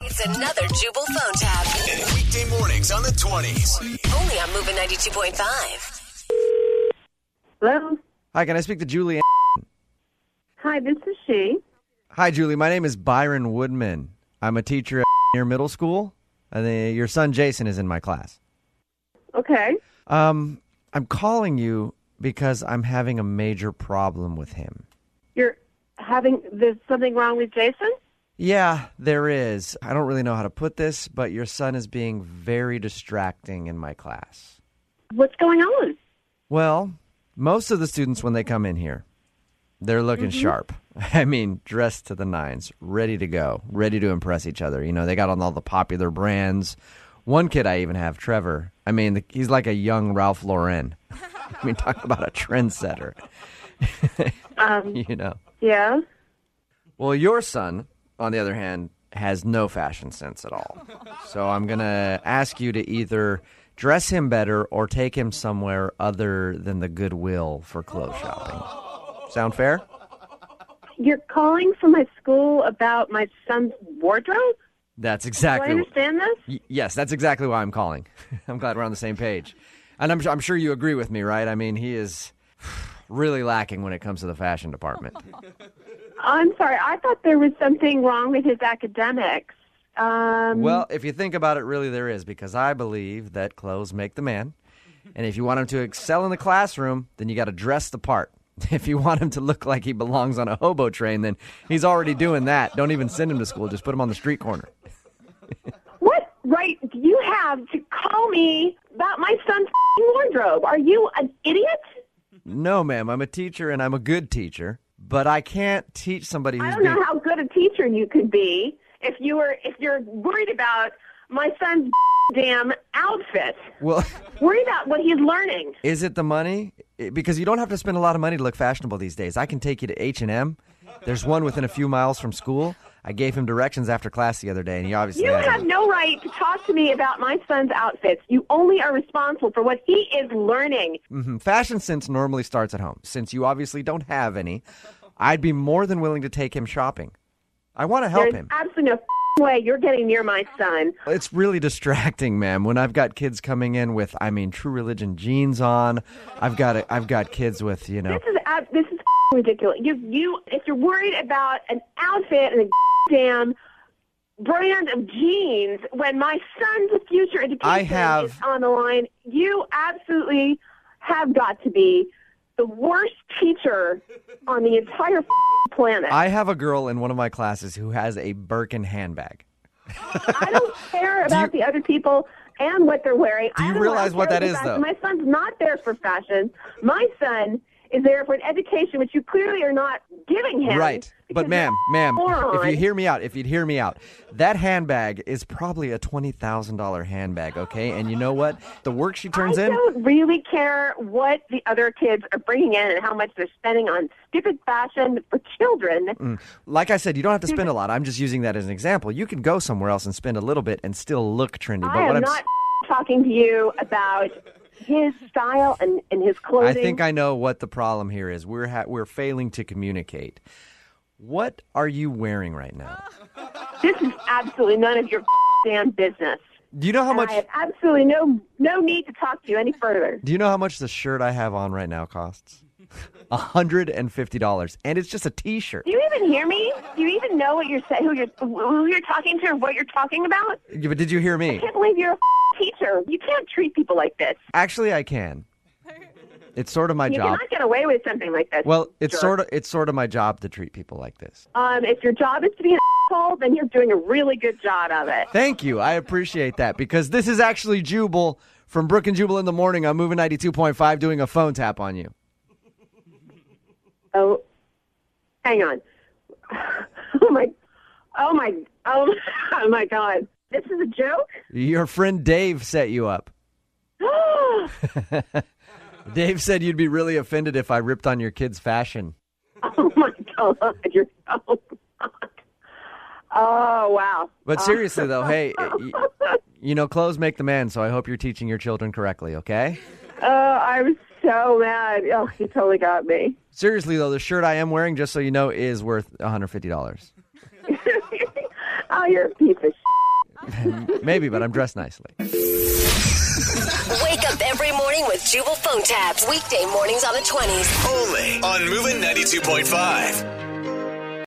It's another Jubal phone tab. Weekday mornings on the 20s. Only on Moving 92.5. Hello. Hi, can I speak to Julie? Hi, this is she. Hi, Julie. My name is Byron Woodman. I'm a teacher at near middle school, and uh, your son Jason is in my class. Okay. Um, I'm calling you because I'm having a major problem with him. You're having there's something wrong with Jason? Yeah, there is. I don't really know how to put this, but your son is being very distracting in my class. What's going on? Well, most of the students, when they come in here, they're looking sharp. I mean, dressed to the nines, ready to go, ready to impress each other. You know, they got on all the popular brands. One kid I even have, Trevor. I mean, the, he's like a young Ralph Lauren. I mean, talk about a trendsetter, Um, you know. yeah. Well, your son, on the other hand, has no fashion sense at all. So I'm going to ask you to either dress him better or take him somewhere other than the Goodwill for clothes shopping. Sound fair? You're calling from my school about my son's wardrobe? That's Do I exactly. understand this? Y- yes, that's exactly why I'm calling. I'm glad we're on the same page. And I'm, I'm sure you agree with me, right? I mean, he is really lacking when it comes to the fashion department. I'm sorry. I thought there was something wrong with his academics. Um, Well, if you think about it, really there is, because I believe that clothes make the man. And if you want him to excel in the classroom, then you got to dress the part. If you want him to look like he belongs on a hobo train, then he's already doing that. Don't even send him to school, just put him on the street corner. what right do you have to call me about my son's wardrobe? Are you an idiot? No, ma'am, I'm a teacher and I'm a good teacher, but I can't teach somebody I who's don't being. know how good a teacher you could be if you were if you're worried about my son's damn outfit. well, Worry about what he's learning. is it the money? It- Because you don't have to spend a lot of money to look fashionable these days. I can take you to H&M. There's one within a few miles from school. I gave him directions after class the other day, and he obviously You had a- have no right to talk to me about my son's outfits. You only are responsible for what he is learning. Mhm. Fashion sense normally starts at home. Since you obviously don't have any, I'd be more than willing to take him shopping. I want to help There's him. absolutely no f***ing way you're getting near my son. It's really distracting, ma'am, when I've got kids coming in with, I mean, true religion jeans on. I've got a, I've got kids with, you know. This is ab- this is f***ing ridiculous. You you if you're worried about an outfit and a damn brand of jeans when my son's future education I have- is on the line, you absolutely have got to be the worst teacher on the entire f***ing planet. I have a girl in one of my classes who has a Birkin handbag. I don't care about the other people and what they're wearing. Do I you don't realize care what that about is, fashion. though? My son's not there for fashion. My son is there for an education, which you clearly are not giving him. Right. because But ma'am, you're a ma'am, if moron. you hear me out, if you'd hear me out, that handbag is probably a $20,000 handbag, okay? And you know what? The work she I turns in, don't really care what the other kids are bringing in and how much they're spending on stupid fashion for children. Mm, Like I said, you don't have to spend a lot. I'm just using that as an example. You can go somewhere else and spend a little bit and still look trendy. I am I'm, not talking to you about his style and, and his clothing. I think I know what the problem here is. We're ha- we're failing to communicate. What are you wearing right now? this is absolutely none of your damn business. Do you know how much? I have absolutely no no need to talk to you any further. Do you know how much the shirt I have on right now costs? hundred and fifty dollars, and it's just a T-shirt. Do you even hear me? Do you even know what you're saying? Who you're who you're talking to? Or what you're talking about? I But did you hear me? can't believe you're a f- teacher. You can't treat people like this. Actually, I can. It's sort of my You job. cannot get away with something like this. Well, it's jerk. sort of it's sort of my job to treat people like this. Um, if your job is to be an asshole, then you're doing a really good job of it. Thank you. I appreciate that because this is actually Jubal from Brook and Jubal in the morning on Moving 92.5 doing a phone tap on you. Oh, hang on. Oh my, oh my, oh my, oh my God! This is a joke. Your friend Dave set you up. Oh Dave said you'd be really offended if I ripped on your kid's fashion. Oh my god! You're so hot. Oh wow! But seriously, though, hey, y- you know, clothes make the man, so I hope you're teaching your children correctly, okay? Oh, I was so mad. Oh, you totally got me. Seriously, though, the shirt I am wearing, just so you know, is worth $150. oh, you're a piece of. Shit. Maybe, but I'm dressed nicely. Wake up every morning with Jubal phone tabs. Weekday mornings on the 20s. Only on Moving 92.5.